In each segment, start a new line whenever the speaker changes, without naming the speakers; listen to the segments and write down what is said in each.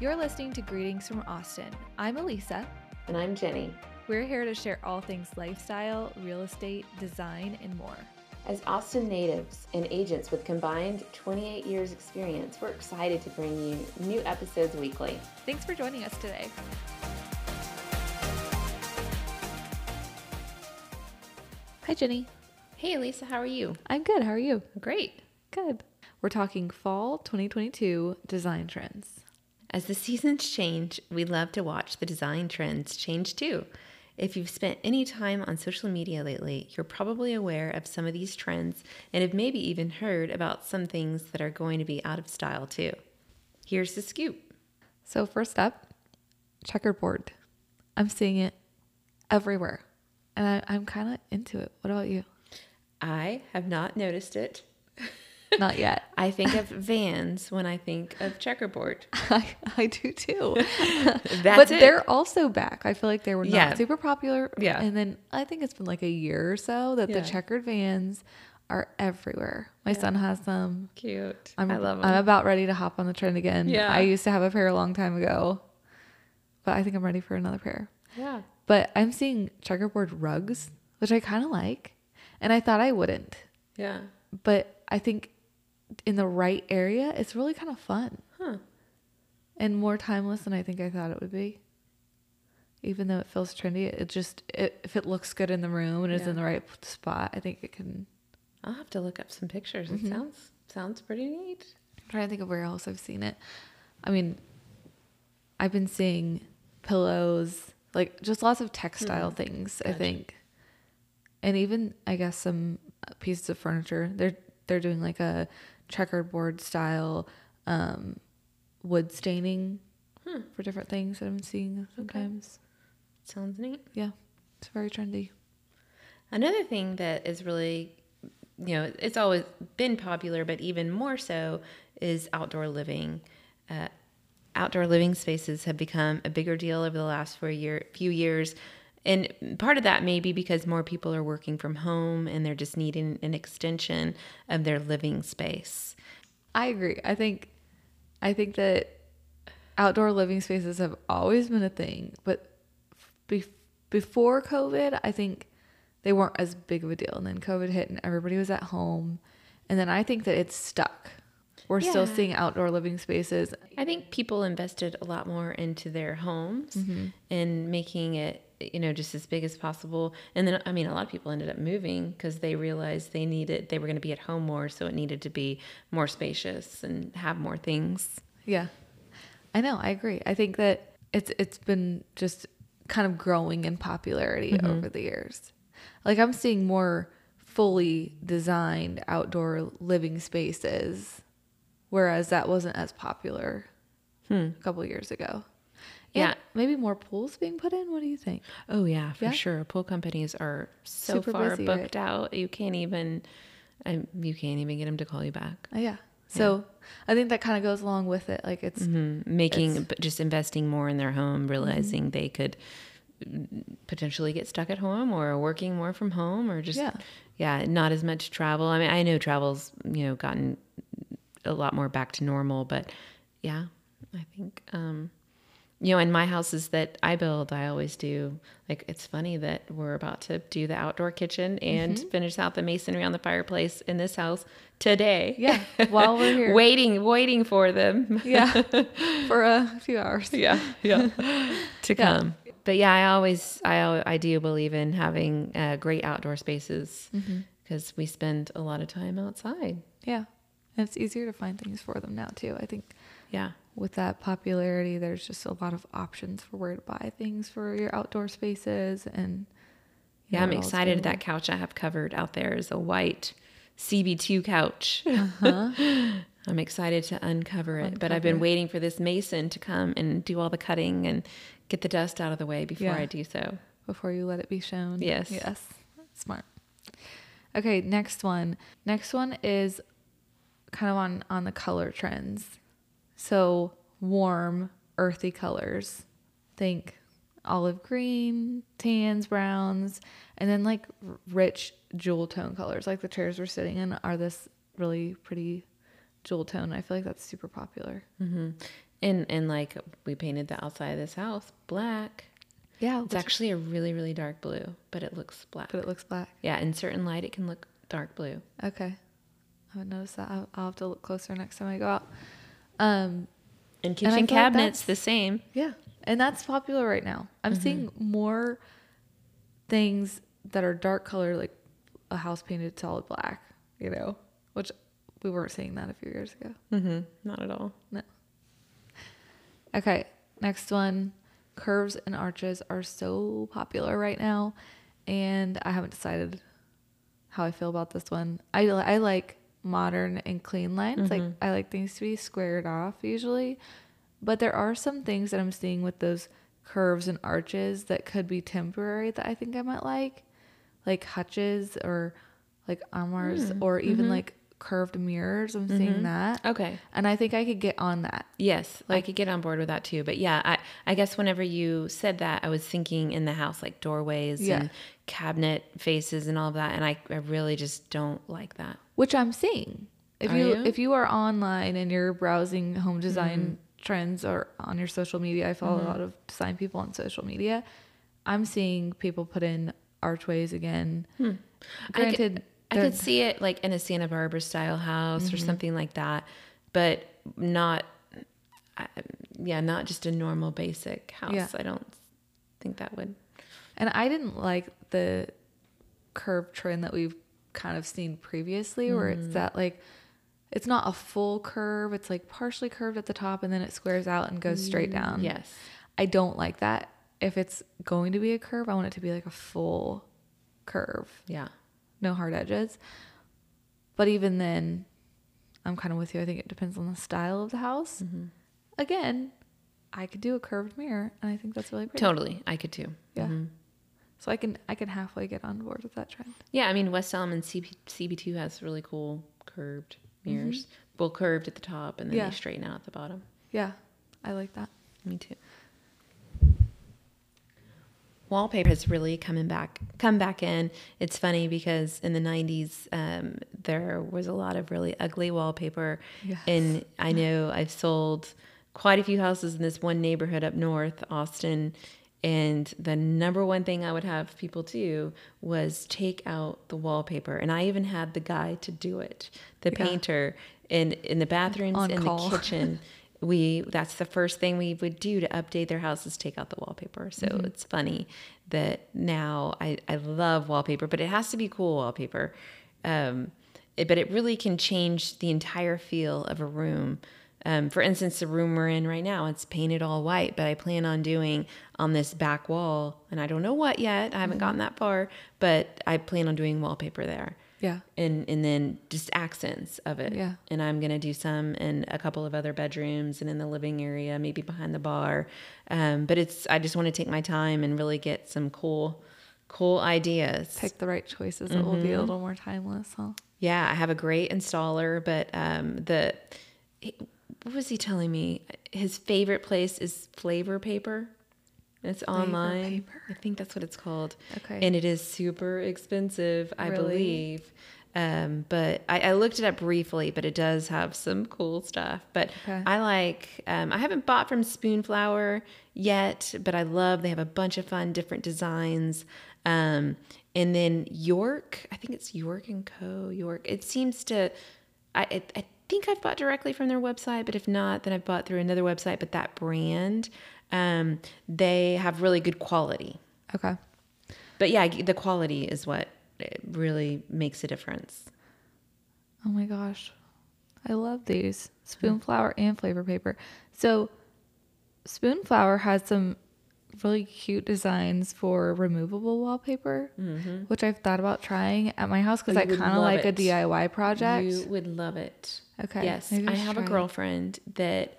You're listening to Greetings from Austin. I'm Elisa.
And I'm Jenny.
We're here to share all things lifestyle, real estate, design, and more.
As Austin natives and agents with combined 28 years experience, we're excited to bring you new episodes weekly.
Thanks for joining us today. Hi, Jenny.
Hey Elisa, how are you?
I'm good. How are you?
Great.
Good. We're talking fall 2022 design trends.
As the seasons change, we love to watch the design trends change too. If you've spent any time on social media lately, you're probably aware of some of these trends and have maybe even heard about some things that are going to be out of style too. Here's the scoop.
So, first up, checkerboard. I'm seeing it everywhere and I, I'm kind of into it. What about you?
I have not noticed it.
Not yet.
I think of vans when I think of checkerboard.
I, I do too.
That's
but
it.
they're also back. I feel like they were not
Yeah.
super popular.
Yeah.
And then I think it's been like a year or so that
Yeah.
the checkered vans are everywhere. My son has them.
cute.
I'm,
I love
I'm
them.
about ready to hop on the trend again.
Yeah.
I used to have a pair a long time ago, but I think I'm ready for another pair.
yeah.
But I'm seeing checkerboard rugs, which I kind of like. And I thought I wouldn't.
Yeah.
But I think in the right area, it's really kind of fun
Huh.
and more timeless than I think I thought it would be. Even though it feels trendy, it it just it, if it looks good in the room and is
Yeah.
in the right spot, I think it can.
I'll have to look up some pictures. It sounds sounds pretty neat.
I'm trying to think of where else I've seen it. I mean, I've been seeing pillows, like just lots of textile things. I think, and even I guess some uh, pieces of furniture. They're they're doing like a checkerboard style um, wood staining for different things that I'm seeing sometimes.
Sounds neat.
Yeah, it's very trendy.
Another thing that is really, you know, it's always been popular, but even more so is outdoor living. Uh, outdoor living spaces have become a bigger deal over the last four year, few years. And part of that may be because more people are working from home and they're just needing an extension of their living space.
I agree. I think I think that outdoor living spaces have always been a thing, but be- before COVID, I think they weren't as big of a deal. And then COVID hit and everybody was at home. And then I think that it's stuck. We're still
Yeah.
seeing outdoor living spaces.
I think people invested a lot more into their homes and making it, you know, just as big as possible. And then, I mean, a lot of people ended up moving because they realized they needed, they were going to be at home more. So it needed to be more spacious and have more things.
Yeah. I know, I agree. I think that it's it's been just kind of growing in popularity over the years. Like I'm seeing more fully designed outdoor living spaces whereas that wasn't as popular a couple years ago. And
Yeah.
Maybe more pools being put in. What do you think?
Oh, yeah, for
Yeah.
sure. Pool companies are so
Super
far
busy, right?
booked out. You can't even, um, you can't even get them to call you back.
Uh, yeah. So I think that kind of goes along with it. Like it's Mm-hmm.
Mm, Making, but just investing more in their home, realizing they could mm, potentially get stuck at home or working more from home or just
Yeah.
yeah, not as much travel. I mean, I know travel's, you know, gotten a lot more back to normal, but yeah, I think, um, you know, in my houses that I build, I always do. Like, it's funny that we're about to do the outdoor kitchen and
Mm-hmm.
finish out the masonry on the fireplace in this house today.
yeah, while we're here.
waiting, waiting for them.
Yeah. For a few hours.
Yeah, yeah, to come. But yeah, I always, I, al- I do believe in having uh, great outdoor spaces because we spend a lot of time outside.
Yeah. And it's easier to find things for them now too. I think
Yeah,
with that popularity, there's just a lot of options for where to buy things for your outdoor spaces and you
yeah.
know,
I'm
it all's
excited. That couch I have covered out there is a white CB2 couch. I'm excited to Uh-huh. uncover it, but I've been waiting for this mason to come and do all the cutting and get the dust out of the way before
Yeah.
I do so.
before you let it be shown.
Yes.
Yes. Smart. Okay, next one. Next one is kind of on on the color trends. So warm, earthy colors. Think olive green, tans, browns, and then like r- rich jewel tone colors. Like the chairs we're sitting in are this really pretty jewel tone. I feel like that's super popular.
and and like we painted the outside of this house black.
Yeah,
It's actually a really really dark blue, but it looks black.
but it looks black.
yeah, in certain light it can look dark blue.
Okay, I haven't noticed that. I'll, I'll have to look closer next time I go out. Um,
And
I feel
kitchen
like
cabinets
that's-
the same.
Yeah. And that's popular right now. I'm seeing more things that are dark color, like a house painted solid black, you know, which we weren't seeing that a few years ago.
Mm-hmm. Not at all.
No. Okay. Next one. Curves and arches are so popular right now. And I haven't decided how I feel about this one. I, li- I like modern and clean lines. Like, I like things to be squared off usually. But there are some things that I'm seeing with those curves and arches that could be temporary that I think I might like, like hutches or like armors or even like curved mirrors. I'm seeing that.
Okay.
And I think I could get on that.
Yes, I could get on board with that too. But yeah, I, I guess whenever you said that, I was thinking in the house, like doorways
Yeah.
and cabinet faces and all of that. And I, I really just don't like that.
which I'm seeing. If
Are
you,
you?
if you are online and you're browsing home design
Mm-hmm.
trends or on your social media, I follow a lot of design people on social media. I'm seeing people put in archways again. Granted,
Hmm. I
they're- Mm-hmm.
could see it like in a Santa Barbara style house or something like that, but not, I, yeah, not just a normal basic house.
Yeah.
I don't think that would.
and I didn't like the curve trend that we've kind of seen previously, where
Mm-hmm.
it's that like it's not a full curve; it's like partially curved at the top, and then it squares out and goes straight
Mm,
down.
Yes.
I don't like that. If it's going to be a curve, I want it to be like a full curve,
Yeah.
no hard edges. But even then, I'm kind of with you. I think it depends on the style of the house. Again, I could do a curved mirror, and I think that's really pretty.
Totally. I could too.
Yeah. So I can I can halfway get on board with that trend.
Yeah, I mean West Elm and CB, CB2 has really cool curved mirrors. Well, curved at the top and then
Mm-hmm. Yeah.
they straighten out at the bottom.
Yeah, I like that.
Me too. Wallpaper is really coming back, come back in. It's funny because in the '90s, um, there was a lot of really ugly wallpaper,
Yes.
and I know I've sold quite a few houses in this one neighborhood up north, Austin. And the number one thing I would have people do was take out the wallpaper, and I even had the guy to do it, the
Yeah.
painter, in in the bathrooms,
On
in
call.
the kitchen we that's the first thing we would do to update their houses take out the wallpaper so
Mm-hmm.
it's funny that now I, I love wallpaper but it has to be cool wallpaper um, it- but it really can change the entire feel of a room um, for instance the room we're in right now it's painted all white but i plan on doing on this back wall and i don't know what yet i
Mm-hmm.
haven't gotten that far but i plan on doing wallpaper there
Yeah.
and and then just accents of it.
Yeah.
And I'm gonna do some in a couple of other bedrooms and in the living area, maybe behind the bar. Um, but it's I just want to take my time and really get some cool, cool ideas.
Pick the right choices. It will be a little more timeless, huh?
Yeah, I have a great installer, but um, the he- what was he telling me? His favorite place is Flavor Paper. It's online.
Paper.
I think that's what it's called.
Okay.
And it is super expensive, I
Really?
believe. Um, but I, I looked it up briefly, but it does have some cool stuff. But
Okay.
I like, um, I haven't bought from Spoonflower yet, but I love, they have a bunch of fun, different designs. Um, and then York, I think it's York and Co. York. It seems to, I, I, I think I've bought directly from their website, but if not, then I've bought through another website. But that brand, um, they have really good quality.
Okay.
But yeah, the quality is what it really makes a difference.
Oh my gosh. I love these. Spoon flour and flavor paper. So spoon flour has some really cute designs for removable wallpaper, which I've thought about trying at my house because
Mm-hmm. Oh,
I
you would
kind of
love
like a
it.
DIY project.
You would love it.
Okay,
Yes,
maybe I
I
should
have a
try it.
girlfriend that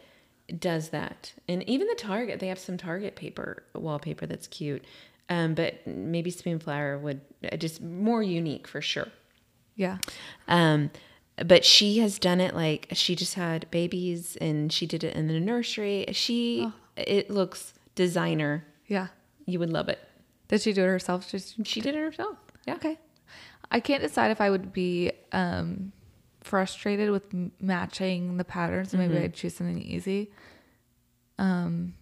does that, and even the Target they have some Target paper wallpaper that's cute. Um, but maybe Spoonflower would uh, just more unique for sure.
yeah.
Um, but she has done it like she just had babies and she did it in the nursery. She
Oh.
it looks designer.
Yeah.
You would love it.
Did she do it herself? Did she-
She did it herself. Yeah.
Okay. I can't decide if I would be
Mm-hmm.
um, frustrated with m- matching the patterns. Maybe I'd choose something easy. Um,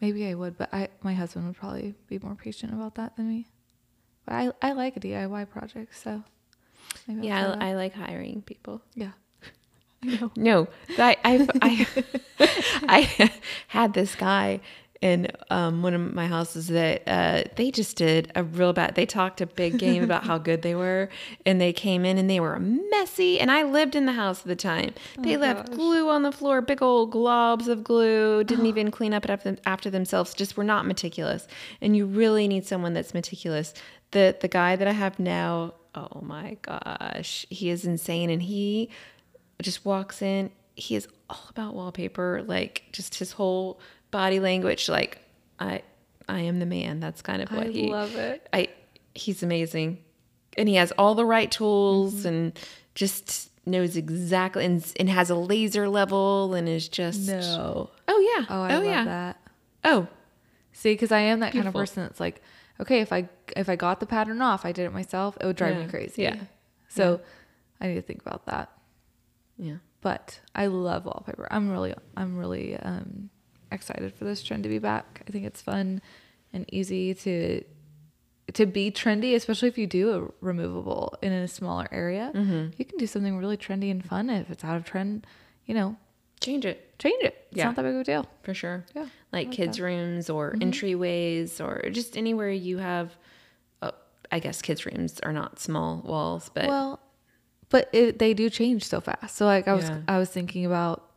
maybe I would, but I my husband would probably be more patient about that than me. But I I like a DIY project, so maybe I'll try
yeah,
that.
I, I like hiring people.
yeah. I know.
No, I I've, I I had this guy in um, one of my houses that uh, they just did a real bad. They talked a big game about how good they were, and they came in and they were messy. And I lived in the house at the time. They left
gosh.
glue on the floor, big old globs of glue. Didn't even clean up after, after themselves. Just were not meticulous. And you really need someone that's meticulous. The the guy that I have now. Oh my gosh, he is insane, and he just walks in. He is all about wallpaper, like just his whole body language. Like I, I am the man. That's kind of what
I
he.
love it.
I he's amazing, and he has all the right tools
Mm-hmm.
and just knows exactly and, and has a laser level and is just
No.
oh yeah
Oh, I love
yeah
that.
oh
See, because I am that kind
Beautiful.
of person that's like, okay, if I if I got the pattern off, I did it myself, it would drive
Yeah.
me crazy.
Yeah.
So I need to think about that.
yeah
But I love wallpaper. I'm really I'm really um, excited for this trend to be back. I think it's fun and easy to to be trendy, especially if you do a removable in a smaller area.
Mm-hmm.
You can do something really trendy and fun. If it's out of trend, you know,
change it
change it. It's
Yeah.
not that big of a deal.
for sure.
Yeah,
Like kids' rooms or
Mm-hmm.
entryways or just anywhere you have. Oh, I guess kids' rooms are not small walls, but
well but it, they do change so fast so like i was
Yeah.
i was thinking about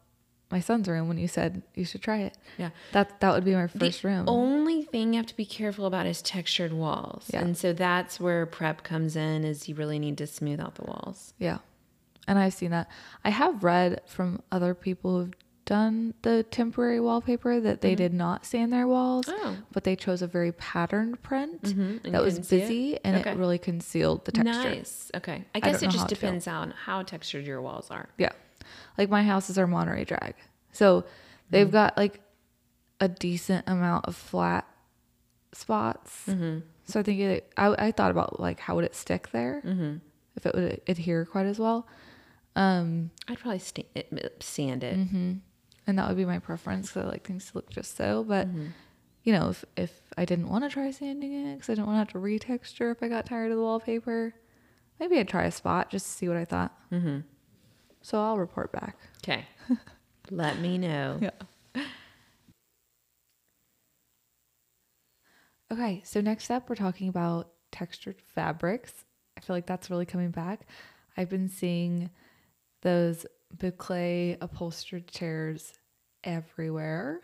my son's room when you said you should try it
Yeah.
that that would be my
the
first room
only thing you have to be careful about is textured walls.
Yeah.
And so that's where prep comes in is you really need to smooth out the walls.
yeah and i've seen that i have read from other people who've done the temporary wallpaper that they did not sand their walls
Mm-hmm. Oh. Mm-hmm.
but they chose a very patterned print
and
that
you
was
couldn't see it?
busy and
Okay.
it really concealed the texture
Nice. Okay. I guess
don't
it
know
just
how it feels.
depends on how textured your walls are.
Yeah. Like my houses are Monterey drag. So
Mm-hmm.
they've got like a decent amount of flat spots.
Mm-hmm.
So I think it, I, I thought about like how would it stick there? Mm-hmm. If it would adhere quite as well.
I'd probably sta- it- sand it.
And that would be my preference because I like things to look just so. But, you know, if, if I didn't want to try sanding it because I didn't want to have to retexture if I got tired of the wallpaper, maybe I'd try a spot just to see what I thought. Mm-hmm. So I'll report back.
Okay. Let me know.
Yeah. Okay, so next up, we're talking about textured fabrics. I feel like that's really coming back. I've been seeing those boucle upholstered chairs everywhere,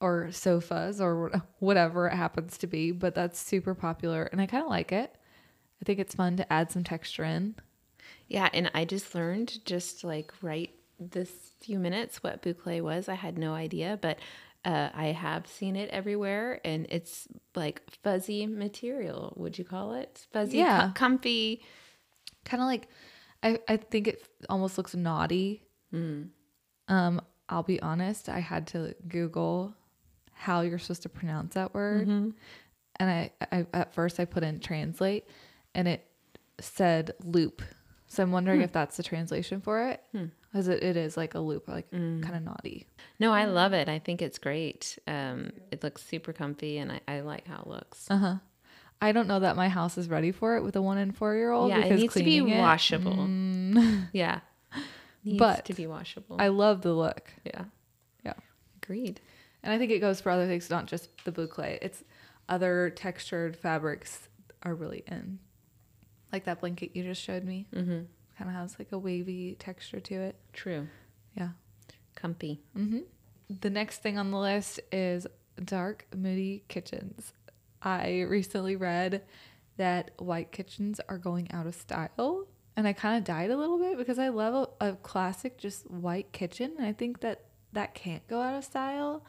or sofas, or wh- whatever it happens to be, but that's super popular and I kind of like it. I think it's fun to add some texture in.
Yeah, and I just learned just like right this few minutes what boucle was. I had no idea, but uh, I have seen it everywhere, and it's like fuzzy material. Would you call it fuzzy? com-
Yeah.
comfy.
kind of like I, I think it almost looks naughty
Mm.
um i'll be honest i had to google how you're supposed to pronounce that word
Mm-hmm.
and I, I at first i put in translate and it said loop so i'm wondering
Hmm.
if that's the translation for it because it, it is like a loop like
Mm.
kind of naughty
No, I love it. I think it's great. Um, it looks super comfy, and I, I like how it looks.
i don't know that my house is ready for it with a one and four year old
yeah, it
because
needs to be
cleaning it-
washable. yeah, needs
But-
to be washable.
i love the look
yeah,
yeah
agreed.
And I think it goes for other things, not just the boucle. It's other textured fabrics are really in. Like that blanket you just showed me. Mm-hmm. Kind of has like a wavy texture to it.
True,
Yeah.
comfy.
The next thing on the list is dark, moody kitchens. I recently read that white kitchens are going out of style. And I kind of died a little bit because I love a, a classic, just white kitchen. And I think that that can't go out of style.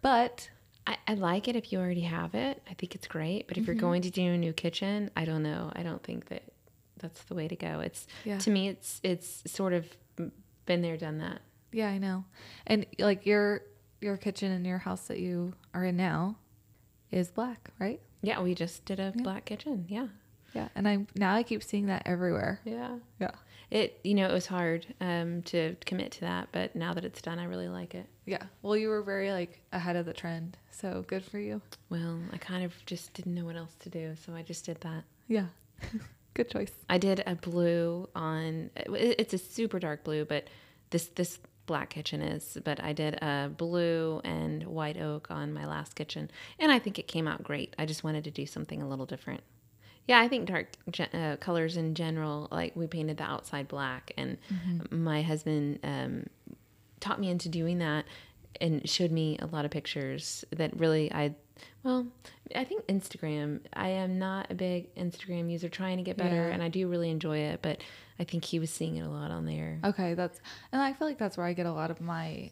But
I, I like it if you already have it. I think it's great. But if you're going to do a new kitchen, I don't know. I don't think that that's the way to go. It's
Yeah.
to me, it's it's sort of been there, done that.
Yeah, I know. And like your your kitchen and your house that you are in now is black, right?
Yeah, we just did a black kitchen. Yeah,
Yeah. And I now I keep seeing that everywhere.
yeah.
Yeah.
it you know it was hard um, to commit to that, but now that it's done, I really like it.
Yeah. Well, you were very like ahead of the trend. So good for you.
Well, I kind of just didn't know what else to do, so I just did that.
Yeah. good choice.
I did a blue on. it- It's a super dark blue, but this this black kitchen is. But I did a blue and white oak on my last kitchen, and I think it came out great. I just wanted to do something a little different. Yeah, I think dark ge- uh, colors in general, like we painted the outside black, and my husband um, taught me into doing that and showed me a lot of pictures that really I well I think Instagram I am not a big Instagram user trying to get better
Yeah.
and I do really enjoy it but I think he was seeing it a lot on there
Okay. That's, and I feel like that's where I get a lot of my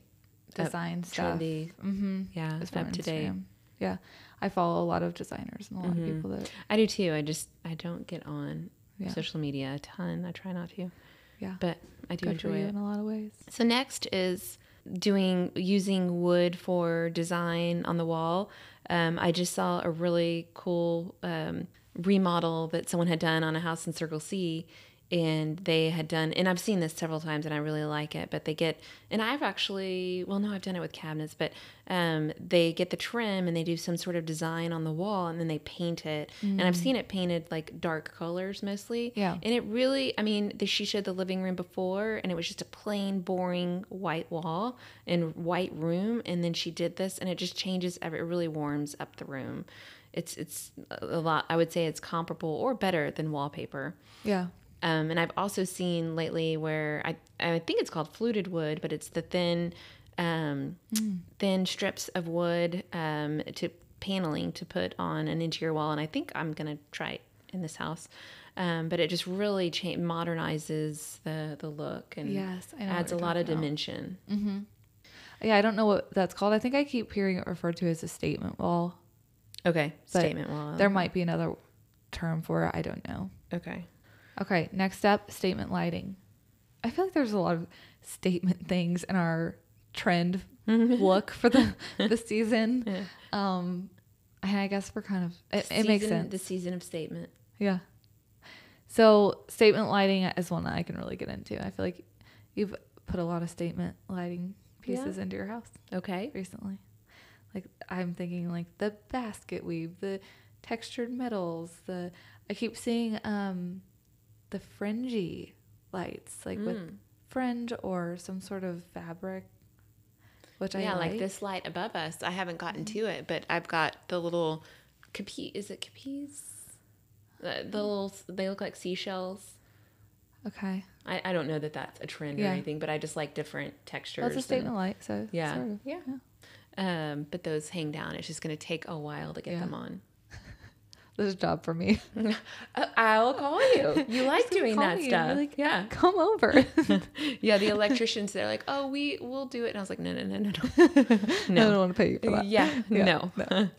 design stuff.
trendy
Mm-hmm.
yeah
It's from
up to date
Instagram. Yeah. I follow a lot of designers and a lot of people that,
I do too I just I don't get on
Yeah.
social media a ton I try not to
yeah.
but I do
good for
enjoy
you
it
in a lot of ways.
So next is doing using wood for design on the wall. Um, I just saw a really cool um, remodel that someone had done on a house in Circle C, and they had done. And I've seen this several times, and I really like it. But they get, and I've actually, well, no, I've done it with cabinets, but um, they get the trim and they do some sort of design on the wall, and then they paint it. And I've seen it painted like dark colors mostly.
Yeah.
And it really, I mean, the, she showed the living room before, and it was just a plain, boring white wall and white room. And then she did this, and it just changes. Every, it really warms up the room. It's it's a lot. I would say it's comparable or better than wallpaper.
Yeah.
Um, and I've also seen lately where I I think it's called fluted wood, but it's the thin um,
Mm.
thin strips of wood um, to paneling to put on an interior wall. And I think I'm gonna try it in this house. Um, but it just really cha- modernizes the the look and
Yes, I know what
adds a
you're
lot of
talking about.
dimension.
Mm-hmm. Yeah. I don't know what that's called. I think I keep hearing it referred to as a statement wall.
Okay,
But
statement wall.
There might be another term for it. I don't know.
Okay,
Okay, next up, statement lighting. I feel like there's a lot of statement things in our trend look for the the season. Um, and I guess we're kind of it, it makes
Season-
sense.
The season of statement.
Yeah. So statement lighting is one that I can really get into. I feel like you've put a lot of statement lighting pieces into your house
Okay.
recently. Like I'm thinking like the basket weave, the textured metals, the I keep seeing um the fringy lights, like
Mm.
with fringe or some sort of fabric. Which
yeah,
I
like this light above us. I haven't gotten to it, but I've got the little capi. Is it capis? The, the little they look like seashells.
Okay.
I, I don't know that that's a trend
Yeah.
or anything, but I just like different textures.
That's a
and-
statement light, so
Yeah.
sort of.
yeah, Um, but those hang down. It's just going to take a while to get
Yeah.
them on.
This is a job for me.
I- Uh, I'll call you. You like
Just gonna
doing
call
that
me and be
stuff.
like,
yeah.
Come over.
Yeah. The electricians, they're like, oh, we will do it. And I was like, no, no, no, no,
I don't
no.
want to pay you for
no.
that.
Yeah,
Yeah,
No.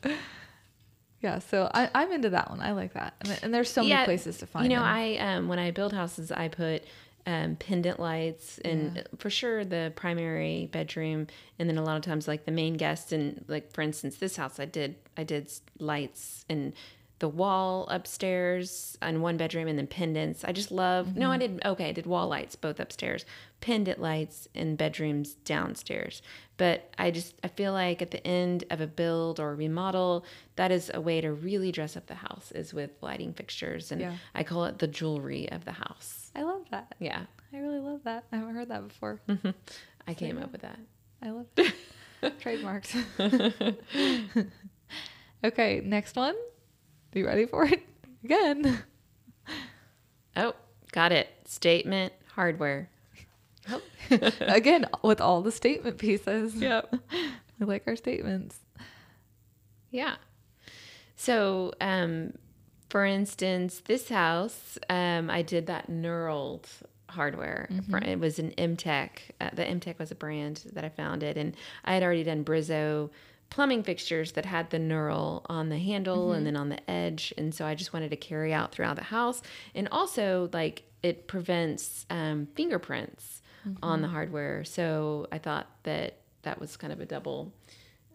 Yeah, so I, I'm into that one. I like that. And, and there's so many places to find
You know,
them.
I um, when I build houses, I put um, pendant lights and for sure the primary bedroom, and then a lot of times like the main guest and like for instance this house I did I did s- lights and the wall upstairs and one bedroom and then pendants. I just love no I did okay I did wall lights both upstairs, pendant lights and bedrooms downstairs. But I just I feel like at the end of a build or remodel, that is a way to really dress up the house is with lighting fixtures and
Yeah.
I call it the jewelry of the house.
I love that.
Yeah.
I really love that. I haven't heard that before.
I came up with that.
I love it. Trademarks. okay, next one. You ready for it? Again.
Oh, got it. Statement hardware.
Again, with all the statement pieces.
Yep.
I like our statements.
Yeah. So, um, for instance, this house, um, I did that knurled hardware. It was an MTech. Uh, the MTech was a brand that I founded, and I had already done Brizzo plumbing fixtures that had the knurl on the handle and then on the edge. And so I just wanted to carry out throughout the house. And also, like, it prevents um, fingerprints on the hardware. So I thought that that was kind of a double.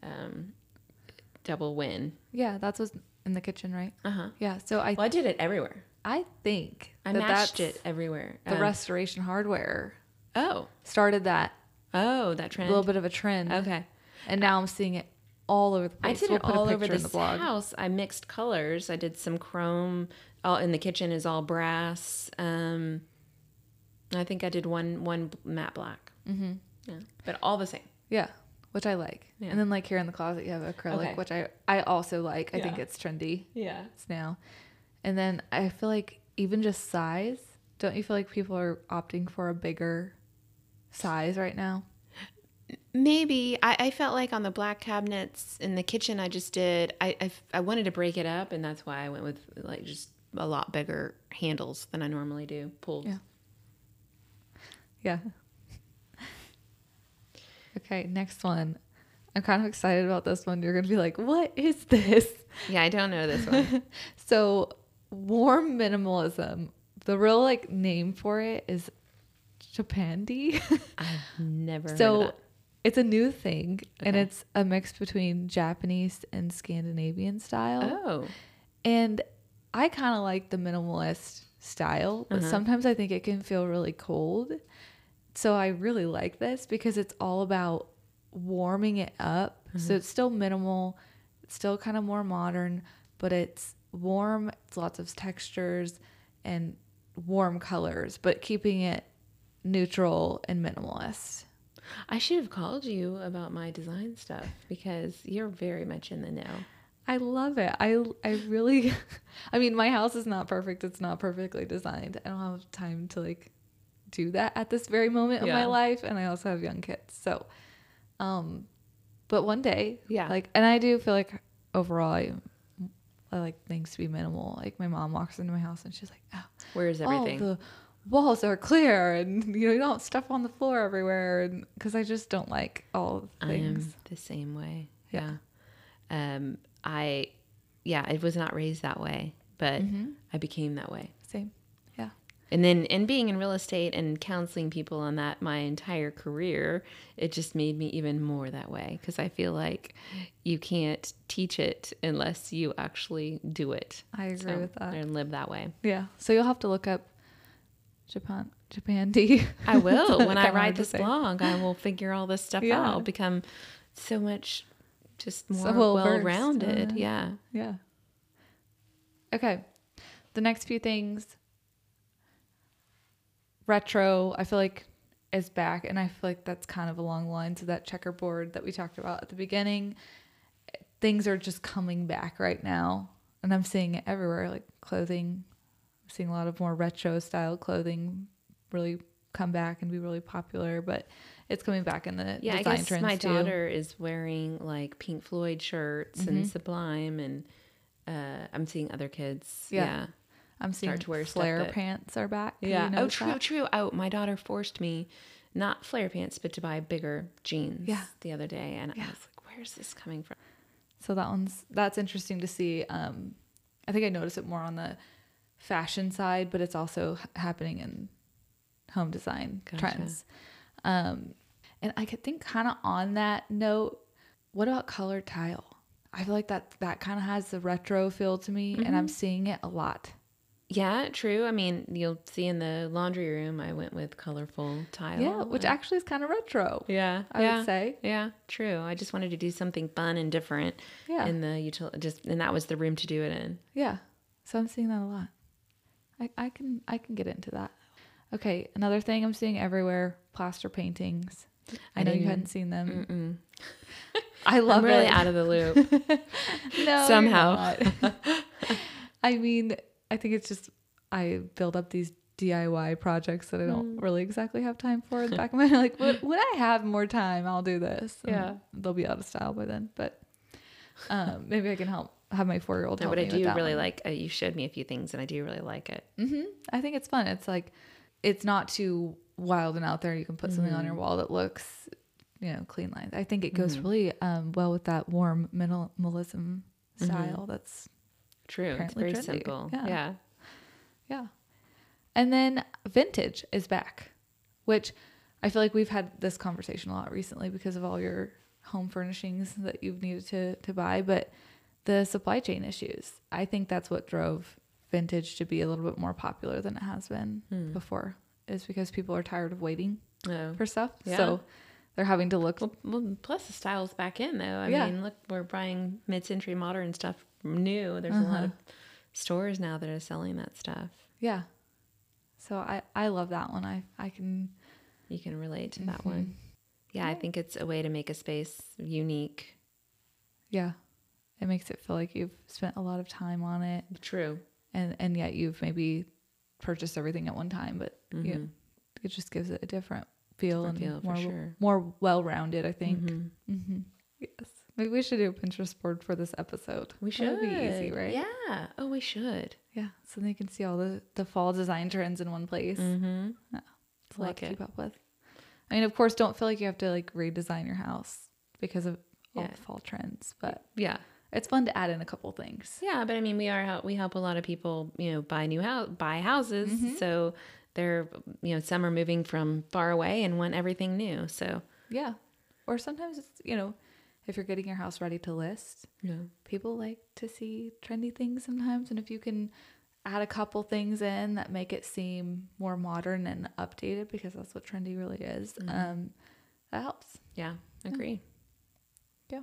Um, double win.
Yeah, that's what's in the kitchen, right?
Uh huh.
Yeah, so I
Well, I did it everywhere.
I think
I
that
matched
that's
it everywhere.
The
Um,
restoration hardware
Oh,
started that
oh, that trend.
a little bit of a trend.
Okay.
And now I'm seeing it all over the
I
place.
did
We'll
it
put a
all over
picture in
this
the blog.
house. I mixed colors. I did some chrome. All in the kitchen is all brass. Um, I think I did one one matte black. Mm-hmm. Yeah, but all the same.
Yeah, which I like.
Yeah.
And then like here in the closet, you have acrylic,
Okay.
which I I also like. I think
Yeah.
it's trendy.
Yeah.
It's now. And then I feel like even just size, don't you feel like people are opting for a bigger size right now?
Maybe I, I felt like on the black cabinets in the kitchen, I just did. I, I I wanted to break it up, and that's why I went with like just a lot bigger handles than I normally do. Pulled.
Yeah. Yeah. Okay, next one. I'm kind of excited about this one. You're going to be like, what is this?
Yeah, I don't know this one.
So, warm minimalism, the real like name for it is japandi.
Never. heard of
so,
that.
it's a new thing and
Okay.
it's a mix between Japanese and Scandinavian style.
oh,
And I kind of like the minimalist style, but sometimes I think it can feel really cold. So I really like this because it's all about warming it up. So it's still minimal, it's still kind of more modern, but it's warm, it's lots of textures and warm colors, but keeping it neutral and minimalist.
I should have called you about my design stuff because you're very much in the know.
I love it. I I really I mean my house is not perfect. It's not perfectly designed. I don't have time to like do that at this very moment of my
Yeah.
life and I also have young kids. So um but one day,
Yeah.
Like and I do feel like overall I, I like things to be minimal. Like my mom walks into my house and she's like, "Oh,
Where is everything?
all the walls are clear and you know, you don't stuff on the floor everywhere and cuz I just don't like all the
I
things.
am the same way.
Yeah.
Yeah. Um, I, yeah, I was not raised that way, but I became that way.
Same. Yeah.
And then, and being in real estate and counseling people on that my entire career, it just made me even more that way because I feel like you can't teach it unless you actually do it.
I agree with that.
And live that way.
Yeah. So you'll have to look up Japan Japan D.
I will.
Like
when
I
I
wanted
write
to
this
say.
blog, I will figure all this stuff
Yeah.
out. I'll become so much just more
well-versed,
well rounded.
uh,
yeah.
yeah. Okay. The next few things. Retro, I feel like is back and I feel like that's kind of along the lines of that checkerboard that we talked about at the beginning. Things are just coming back right now. And I'm seeing it everywhere, like clothing. I'm seeing a lot of more retro style clothing really come back and be really popular, but it's coming back in the
Yeah,
design
I guess
trends
my
too.
daughter is wearing like Pink Floyd shirts and Sublime, and uh, I'm seeing other kids.
Yeah.
Yeah,
I'm seeing
start to wear stuff
flare
that-
pants are back. Have you
yeah. Oh,
noticed
true,
that?
true. Oh, my daughter forced me, not flare pants, but to buy bigger jeans.
Yeah.
the other day, and I was like, "Where's this coming from?"
So that one's that's interesting to see. Um, I think I notice it more on the fashion side, but it's also h- happening in home design
Gotcha.
trends. Um, and I could think kind of on that note, what about color tile? I feel like that that kind of has the retro feel to me, and
Mm-hmm.
I'm seeing it a lot.
Yeah, true. I mean, you'll see in the laundry room, I went with colorful tile.
Yeah, which
and-
actually is kind of retro.
Yeah,
I would
yeah,
say.
Yeah, true. I just wanted to do something fun and different.
Yeah.
in the utility, just and that was the room to do it in.
Yeah. So I'm seeing that a lot. I, I can I can get into that. Okay, another thing I'm seeing everywhere, plaster paintings. I,
I Mm,
know you
didn't-
hadn't seen them. I love
I'm really
it.
out of the loop.
No, you're
somehow.
not. I mean, I think it's just I build up these DIY projects that I
Mm.
don't really exactly have time for in the back of my head. Like, when, when I have more time, I'll do this. And
Yeah.
they'll be out of style by then. But um, maybe I can help have my four year old.
no, but I do really like. Uh, you showed me a few things, and I do really like it.
hmm I think it's fun. It's like it's not too wild and out there. You can put something on your wall that looks, you know, clean lines. I think it goes really um, well with that warm minimalism style. That's
True,
Apparently
it's
trendy.
very simple.
Yeah.
Yeah.
yeah. And then vintage is back, which I feel like we've had this conversation a lot recently because of all your home furnishings that you've needed to to buy, but the supply chain issues. I think that's what drove vintage to be a little bit more popular than it has been
Hmm.
before is because people are tired of waiting
Oh.
for stuff.
Yeah.
So they're having to look.
Well, well, plus the style's back in though. I
Yeah.
mean, look, we're buying mid-century modern stuff new. There's a lot of
Uh-huh.
stores now that are selling that stuff.
Yeah. So I, I love that one. I, I can,
You can relate to
Mm-hmm.
that one. Yeah, I think it's a way to make a space unique.
yeah. It makes it feel like you've spent a lot of time on it
True.
and, and yet you've maybe purchased everything at one time, but you, it just gives it a different feel
Mm-hmm. Different
and
feel, for
more,
sure. Mm-hmm.
more well-rounded, I think. Mhm. Yes. Maybe we should do a Pinterest board for this episode.
We
That
should.
would be easy, right?
Yeah. Oh, we should.
Yeah, so they can see all the, the fall design trends in one place.
Mm-hmm.
Yeah, it's a lot
Like
to
it.
keep up with. I mean, of course, don't feel like you have to like redesign your house because of all
Yeah.
the fall trends, but
Yeah.
it's fun to add in a couple things.
Yeah, but I mean, we are hel- we help a lot of people, you know, buy new house, buy houses. So they're, you know, some are moving from far away and want everything new. So
Yeah, or sometimes it's you know, if you're getting your house ready to list,
yeah,
people like to see trendy things sometimes, and if you can add a couple things in that make it seem more modern and updated, because that's what trendy really is, um, that helps.
yeah, agree.
Yeah.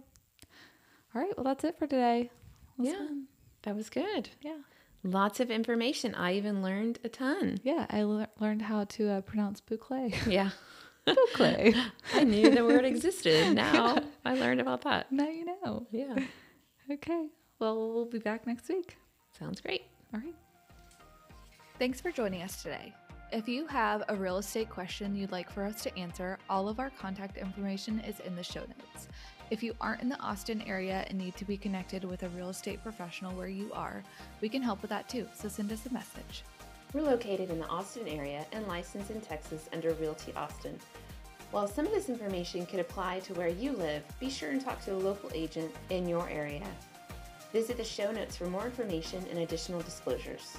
All right. Well, that's it for today. That was
Yeah.
fun.
That was good.
Yeah.
Lots of information. I even learned a ton.
Yeah. I lear- learned how to uh, pronounce boucle.
Yeah,
boucle.
I knew the word existed. Now I learned about that.
now you know.
Yeah,
Okay. Well, we'll be back next week.
sounds great.
All right. Thanks for joining us today. If you have a real estate question you'd like for us to answer, all of our contact information is in the show notes. If you aren't in the Austin area and need to be connected with a real estate professional where you are, we can help with that too. So send us a message.
We're located in the Austin area and licensed in Texas under Realty Austin. While some of this information could apply to where you live, be sure and talk to a local agent in your area. Visit the show notes for more information and additional disclosures.